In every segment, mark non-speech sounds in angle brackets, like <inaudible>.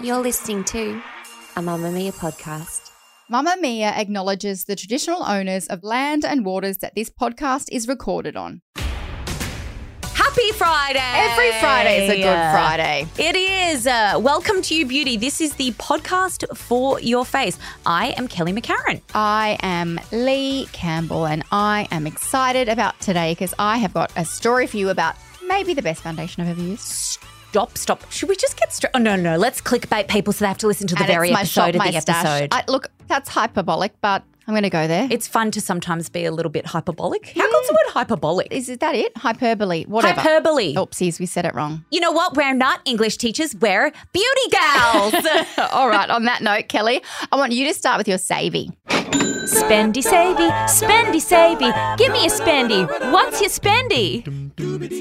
You're listening to a Mamma Mia podcast. Mamma Mia acknowledges the traditional owners of land and waters that this podcast is recorded on. Happy Friday! Every Friday is a good Friday. It is. Uh, welcome to You Beauty. This is the podcast for your face. I am Kelly McCarran. I am Lee Campbell and I am excited about today because I have got a story for you about maybe the best foundation I've ever used. Stop, stop. Should we just get straight? Oh, no, no. Let's clickbait people so they have to listen to the And it's very my episode shop, of my the stash. episode. I, look, that's hyperbolic, but I'm going to go there. it's fun to sometimes be a little bit hyperbolic. How good's the word hyperbolic? Is that it? Hyperbole, whatever. Oh. Hyperbole. Oopsies, we said it wrong. You know what? We're not English teachers, we're beauty <laughs> gals. All right, on that note, Kelly, I want you to start with your savey. Spendy savey, spendy savey, give me a spendy. What's your spendy?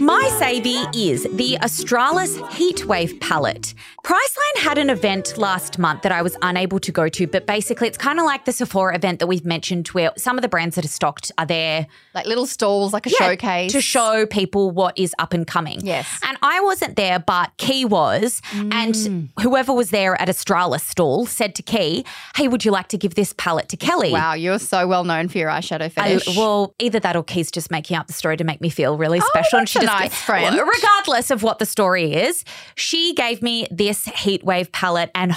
My savey is the Australis Heatwave palette. Priceline had an event last month that I was unable to go to, but basically it's kind of like the Sephora event that we've mentioned where some of the brands that are stocked are there Like little stalls, like a yeah, showcase. to show people what is up and coming. Yes. And I wasn't there, but Key was. Mm. And whoever was there at Australis stall said to Key, hey, would you like to give this palette to Kelly? Wow, you're so well known for your eyeshadow I- fetish. well, either that or Key's just making up the story to make me feel really special. Oh, that's a nice friend. Well, regardless of what the story is, she gave me this heatwave palette, and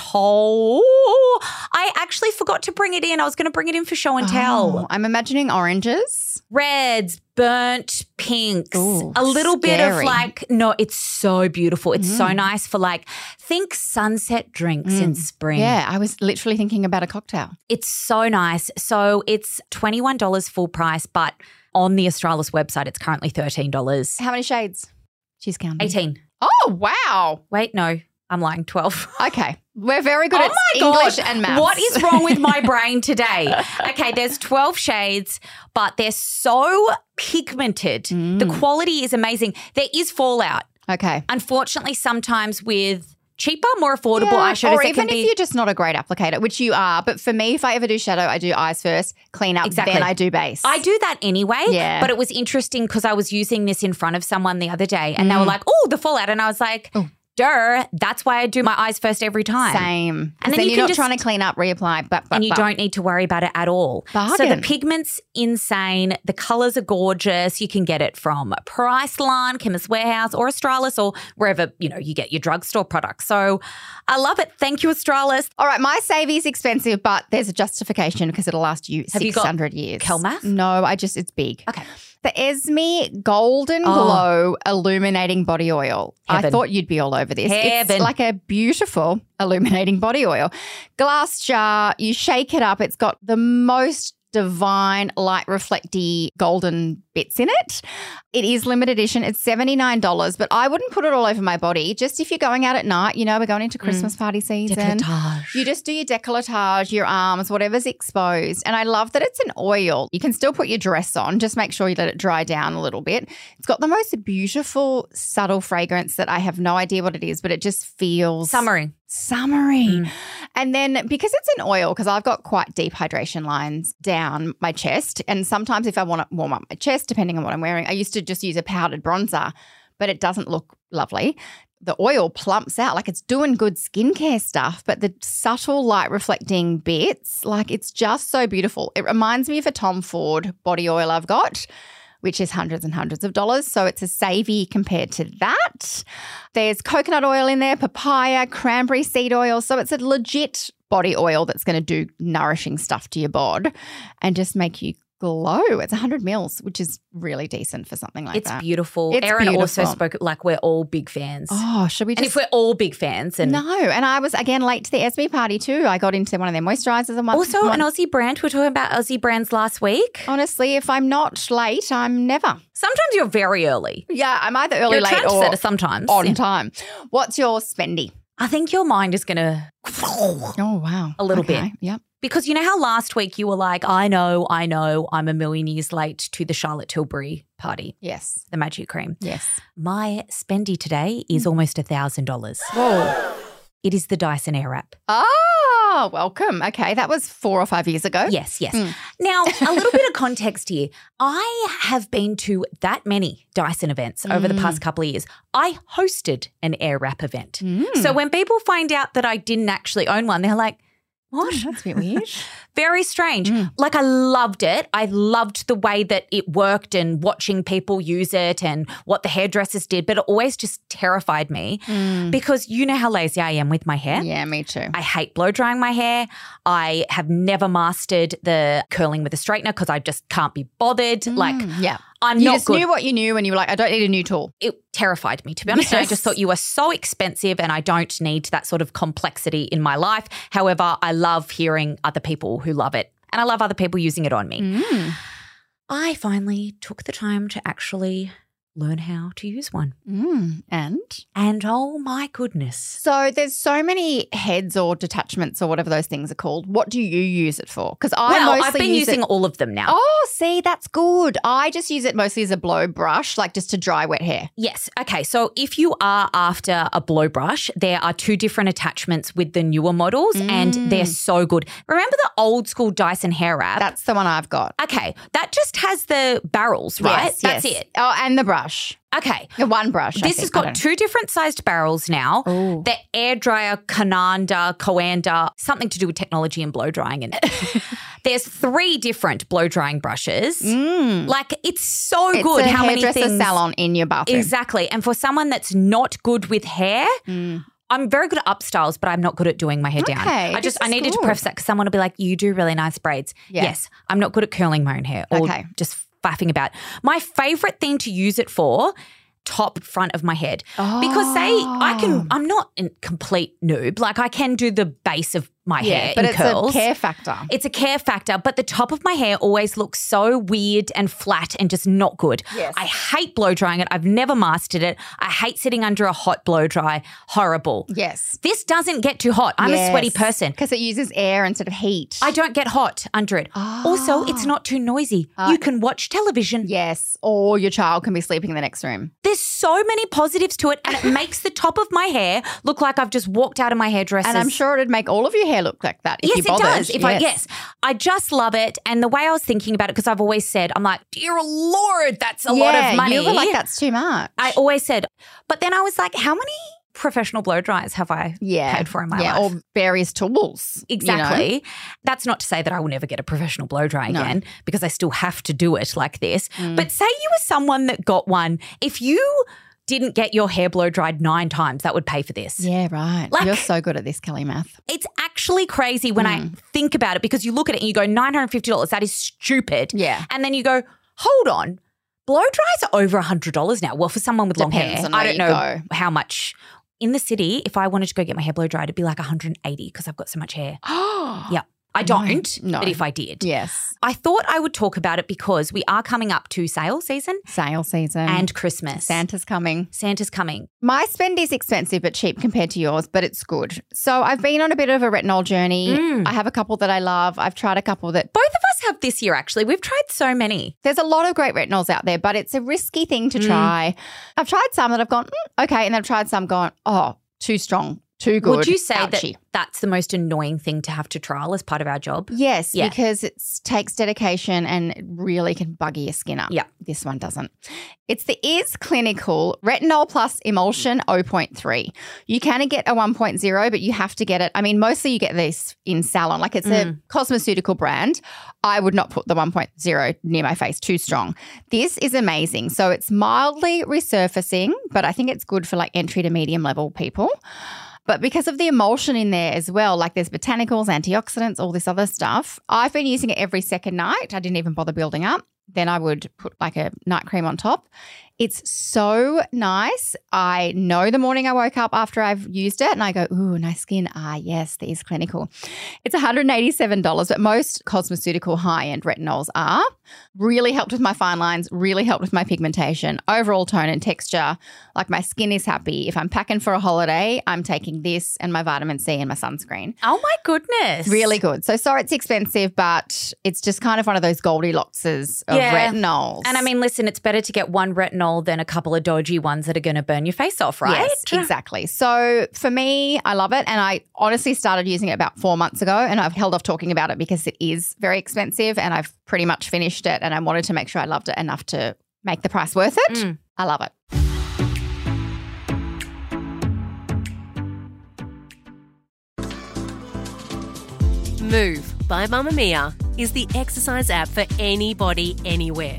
oh, I actually forgot to bring it in. I was going to bring it in for show and tell. Oh, I'm imagining oranges. Reds, burnt pinks, Ooh, a little bit of scary. Mm. like, no, it's so beautiful. It's so nice for like, think sunset drinks in spring. Yeah, I was literally thinking about a cocktail. It's so nice. So it's $21 full price, but on the Australis website, it's currently $13. How many shades? She's counting. 18. Oh, wow. Wait, no, I'm <laughs> lying. 12. Okay. We're very good at English and maths. Oh What is wrong with my brain today? Okay, there's 12 shades, but they're so pigmented. The Mm. quality is amazing. There is fallout. <laughs> Okay. Unfortunately, sometimes with cheaper, more affordable Yeah, eyeshadows, or it even can be if you're just not a great applicator, which you are, but for me, if I ever do shadow, I do eyes first, clean up, Exactly. then I do base. I do that anyway. Yeah. But it was interesting because I was using this in front of someone the other day and Mm. they were like, oh, the fallout. And I was like, duh, that's why I do my eyes first every time. same. And then then, you you're can not just- trying to clean up, reapply, but, but And you but. don't need to worry about it at all. So the Bargain. pigment's insane. The colors are gorgeous. You can get it from Priceline, Chemist Warehouse, or Australis, or wherever you know you get your drugstore products. So I love it. Thank you, Australis. All right, my savey's expensive, but there's a justification because it'll last you Have you got 600 years. Kelmath? No, I just, it's big. Okay. Oh. The Esme Golden Glow Illuminating Body Oil. I Heaven. thought you'd be all over this. Heaven. It's like a beautiful illuminating body oil. Glass jar, you shake it up, it's got the most divine light reflecty golden bits in it. It is limited edition. It's $79, but I wouldn't put it all over my body. Just if you're going out at night, you know, we're going Mm. into Christmas party season. You just do your decolletage, your arms, whatever's exposed. And I love that it's an oil. You can still put your dress on, just make sure you let it dry down a little bit. It's got the most beautiful, subtle fragrance that I have no idea what it is, but it just feels Summary. summery. And then because it's an oil, because I've got quite deep hydration lines down my chest. And sometimes if I want to warm up my chest, depending on what I'm wearing, I used to just use a powdered bronzer, but it doesn't look lovely. The oil plumps out like it's doing good skincare stuff, but the subtle light reflecting bits, like it's just so beautiful. It reminds me of a Tom Ford body oil I've got which is hundreds and hundreds of dollars. So it's a savey compared to that. There's coconut oil in there, papaya, cranberry seed oil. So it's a legit body oil that's going to do nourishing stuff to your bod and just make you glow. It's 100 mils, which is really decent for something like it's that. beautiful. It's Erin also beautiful. spoke like we're all big fans. Oh, should we and just if we're all big fans and No, and I was again late to the Esme party too. I got into one of their moisturizers and one. also one- an Aussie brand, we are talking about Aussie brands last week. honestly, if I'm not late, I'm never. Sometimes you're very early. Yeah, I'm either early, you're a late, or trendsetter sometimes. on Yeah. time. What's your spendy? I think your mind is gonna Oh wow, A little Okay, bit. Yep. because you know how last week you were like, I know, I know, I'm a million years late to the Charlotte Tilbury party, Yes. the magic cream. Yes. My spendy today Mm. is almost a thousand dollars. Whoa. It is the Dyson Airwrap. Oh, welcome. Okay, that was four or five years ago. Yes, yes. Mm. Now, a little bit of context here. I have been to that many Dyson events over the Mm. past couple of years. I hosted an air wrap event. Mm. So when people find out that I didn't actually own one, they're like, Oh, what? that's a bit weird. Very strange. Mm. Like, I loved it. I loved the way that it worked and watching people use it and what the hairdressers did, but it always just terrified me Mm. because you know how lazy I am with my <laughs> hair. Yeah, me too. I hate blow drying my hair. I have never mastered the curling with a straightener because I just can't be bothered. Like Mm, yeah, I'm you not just good. knew what you knew, and you were like, I don't need a new tool. it terrified me to be honest. And I Yes. just thought you are so expensive, and I don't need that sort of complexity in my life. However, I love hearing other people who love it, and I love other people using it on me. Mm. I finally took the time to actually learn how to use one, Mm. And and oh my goodness. So there's so many heads or detachments or whatever those things are called. What do you use it for? Because I well, mostly I've been use using It- all of them now. oh, see, that's good. I just use it mostly as a blow brush, like just to dry wet hair. Yes. Okay. So if you are after a blow brush, there are two different attachments with the newer models, and they're Mm. so good. Remember the old school Dyson hair wrap? That's the one I've got. okay. That just has the barrels, right? Yes, That's yes. it. Oh, and the brush. Okay. The one brush. I This think. has I got don't two different sized barrels now. Ooh. The air dryer, Kananda, Coanda, something to do with technology and blow drying in <laughs> it. There's three different blow drying brushes. Like it's so know. Mm. It's good a how many hairdresser things salon in your bathroom. <laughs> Exactly. And for someone that's not good with hair, I'm very good at upstyles, but I'm not good at doing my hair down. Mm. Okay, I this just I is needed to good. preface that because someone will be like, "You do really nice braids." Yeah. Yes, I'm not good at curling my own hair or Okay. just faffing about. My favorite thing to use it for. Top front of my head because say I Oh. can. I'm not a complete noob. Like I can do the base of my hair, but in it's curls. a care factor. It's a care factor, but the top of my hair always looks so weird and flat and just not good. Yes. I hate blow drying it. I've never mastered it. I hate sitting under a hot blow dry. Horrible. yes. This doesn't get too hot. I'm a sweaty person. because it uses air instead of heat. I don't get hot under it. Also, Ah. it's not too noisy. you can watch television. yes, or your child can be sleeping in the next room. There's so many positives to it, and it makes the top of my hair look like I've just walked out of my hairdresser's. And I'm sure it'd make all of your hair look like that if yes, you bothered. it does. If I yes, I just love it. And the way I was thinking about it, because I've always said, I'm like, dear Lord, that's a lot Yeah, of money. You were like, that's too much. I always said, but then I was like, how many professional blow dryers have I yeah, paid for in my yeah, life? or various tools. you know? Exactly. That's not to say that I will never get a professional blow dry No. Mm. again because I still have to do it like this. But say you were someone that got one, if you didn't get your hair blow dried nine times, that would pay for this. Yeah, right. Like- You're so good at this, Kelly <gasps> Math. It's actually crazy when Hmm. I think about it because you look at it and you go, $950, that is stupid. Yeah. And then you go, hold on, blow dries are over $100 now. Well, for someone with long Depends hair, on I where don't you know how much. In the city, if I wanted to go get my hair blow dried, it'd be like 180 because I've got so much hair. Oh, yeah. I don't, No. but if I did. yes. I thought I would talk about it because we are coming up to sale season Sale season and Christmas. Santa's coming. Santa's coming. My spend is expensive but cheap compared to yours, but it's good. So I've been on a bit of a retinol journey. Mm. I have a couple that I love. I've tried a couple that Both of us have this year, actually. We've tried so many. There's a lot of great retinols out there, but it's a risky thing Mm. to try. I've tried some that I've gone, "Mm, okay. And then I've tried some gone, oh, too strong, too good. Would you say ouchie." that that's the most annoying thing to have to trial as part of our job? Yes, Yeah. because it takes dedication and it really can buggy your skin up. Yeah. This one doesn't. It's the IS Clinical Retinol Plus Emulsion 0.3. You can get a 1.0, but you have to get it. I mean, mostly you get this in salon, like it's a Mm. cosmeceutical brand. I would not put the 1.0 near my face, too strong. This is amazing. So it's mildly resurfacing, but I think it's good for like entry to medium level people. But because of the emulsion in there as well, like there's botanicals, antioxidants, all this other stuff, I've been using it every second night. I didn't even bother building up. Then I would put like a night cream on top. It's so nice. I know the morning I woke up after I've used it and I go, ooh, nice skin. Ah, yes, these clinical. It's $187, but most cosmeceutical high end retinols are. Really helped with my fine lines, really helped with my pigmentation, overall tone and texture. Like my skin is happy. If I'm packing for a holiday, I'm taking this and my vitamin C and my sunscreen. Oh my goodness. Really good. So sorry it's expensive, but it's just kind of one of those Goldilockses of Yeah. retinols. And I mean, listen, it's better to get one retinol than a couple of dodgy ones that are going to burn your face off, right? Yes, exactly. So for me, I love it. And I honestly started using it about four months ago. And I've held off talking about it because it is very expensive. And I've pretty much finished it. And I wanted to make sure I loved it enough to make the price worth it. Mm. I love it. Move by Mamma Mia is the exercise app for anybody, anywhere.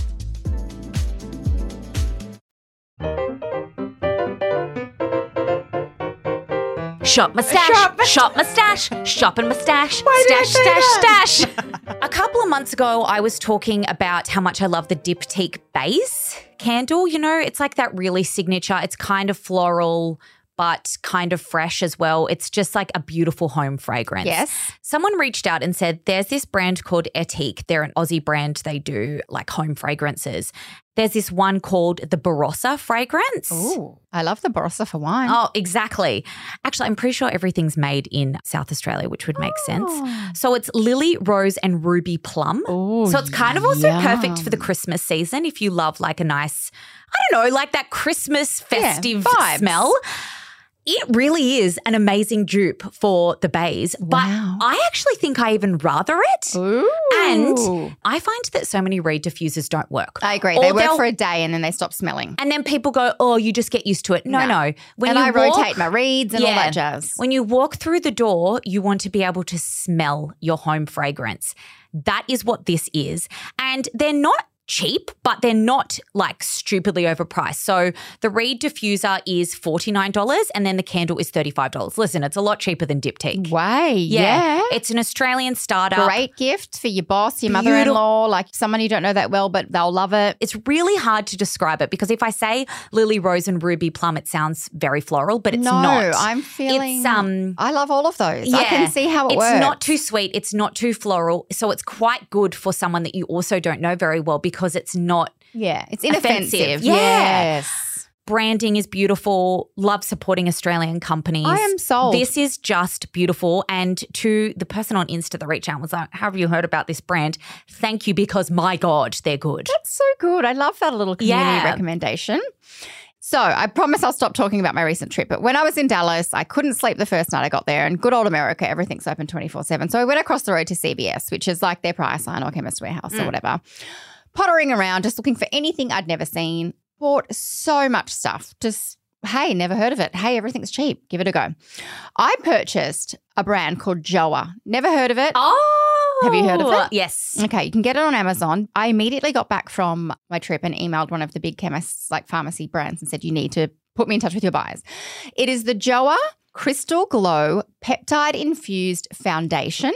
Shop mustache, shop, mustache, shop and mustache, stash, stash, <laughs> stash. a couple of months ago, I was talking about how much I love the Diptyque base candle. You know, it's like that really signature. It's kind of floral, but kind of fresh as well. It's just like a beautiful home fragrance. Yes. Someone reached out and said, There's this brand called Etique. They're an Aussie brand. They do like home fragrances. There's this one called the Barossa fragrance. Ooh. I love the Barossa for wine. Oh, exactly. Actually, I'm pretty sure everything's made in South Australia, which would make Oh. sense. So it's lily, rose, and ruby plum. so it's kind of also perfect for the Christmas season if you love like a nice, I don't know, like that Christmas Yeah, festive vibes. smell. It really is an amazing dupe for the bays, but Wow. I actually think I even rather it. Ooh. And I find that so many reed diffusers don't work. I agree. Or They work they'll- for a day and then they stop smelling. and then people go, "Oh, you just get used to it." No, no. When and you I walk- rotate my reeds and all that jazz. when you walk through the door, you want to be able to smell your home fragrance. That is what this is. And they're not cheap, but they're not like stupidly overpriced. So the Reed diffuser is $49 and then the candle is $35. Listen, it's a lot cheaper than Diptyque. Way. Yeah. It's an Australian startup. Great gift for your boss, your mother in law, like someone you don't know that well, but they'll love it. It's really hard to describe it because if I say lily rose and ruby plum, it sounds very floral, but it's no, not. I'm feeling. It's um, I love all of those. I can see how it it's works. not too sweet. It's not too floral. So it's quite good for someone that you also don't know very well because it's not. Yeah, it's Offensive. inoffensive. Yeah. Yes. Branding is beautiful. Love supporting Australian companies. I am sold. This is just beautiful. And to the person on Insta that reached out and was like, "Have you heard about this brand? Thank you because my god, they're good." That's so good. I love that little community Yeah. recommendation. So I promise I'll stop talking about my recent trip. But when I was in Dallas, I couldn't sleep the first night I got there. And good old America, everything's open 24 7. So I went across the road to CBS, which is like their price line or chemist warehouse or whatever. Pottering around, just looking for anything I'd never seen. Bought so much stuff. Just, hey, never heard of it. Hey, everything's cheap. Give it a go. I purchased a brand called Joa. Never heard of it. Oh, Have you heard of it? Yes. Okay, you can get it on Amazon. I immediately got back from my trip and emailed one of the big chemists, like pharmacy brands, and said, You need to put me in touch with your buyers. It is the Joa Crystal Glow Peptide Infused Foundation.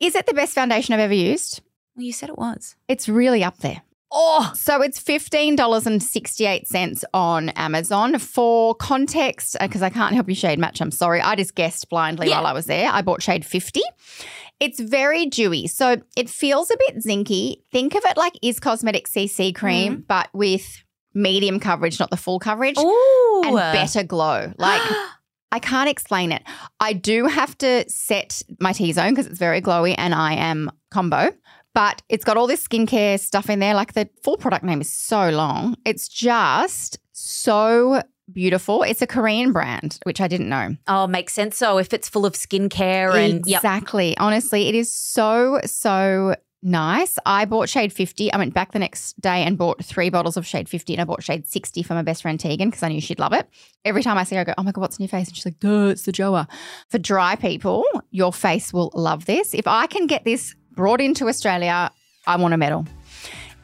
Is it the best foundation I've ever used? Well, you said it was. It's really up there. Oh, So it's $15.68 on Amazon. For context, because I can't help you shade match, I'm sorry. I just guessed blindly Yeah. while I was there. I bought shade 50. It's very dewy. So it feels a bit zinky. Think of it like Is Cosmetic CC cream, Mm. but with medium coverage, not the full coverage, ooh, and better glow. Like, I can't explain it. I do have to set my T zone because it's very glowy and I am combo. But it's got all this skincare stuff in there. Like the full product name is so long. It's just so beautiful. It's a Korean brand, which I didn't know. <gasps> Oh, makes sense. So if it's full of skincare and E, yep. exactly. Honestly, it is so, so nice. I bought Shade 50. I went back the next day and bought three bottles of Shade 50 and I bought Shade 60 for my best friend Tegan because I knew she'd love it. Every time I see her, I go, oh my God, what's in your face? And she's like, duh, it's the Joa. For dry people, your face will love this. If I can get this brought into Australia, I want a medal.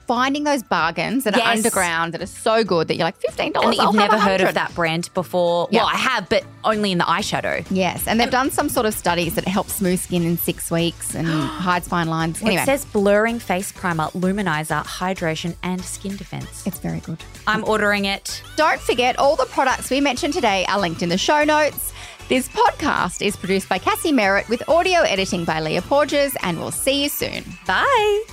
Finding those bargains that are Yes. underground that are so good that you're like $15. and that I'll you've have never heard 100. of that brand before. Yeah. Well, I have, but only in the eyeshadow. Yes, and they've done some sort of studies that help smooth skin in six weeks <gasps> and hides fine lines. Well, Anyway, It says blurring face primer, luminizer, hydration, and skin defense. it's very good. I'm ordering it. Don't forget, all the products we mentioned today are linked in the show notes. This podcast is produced by Cassie Merritt with audio editing by Leah Porges, and we'll see you soon. Bye.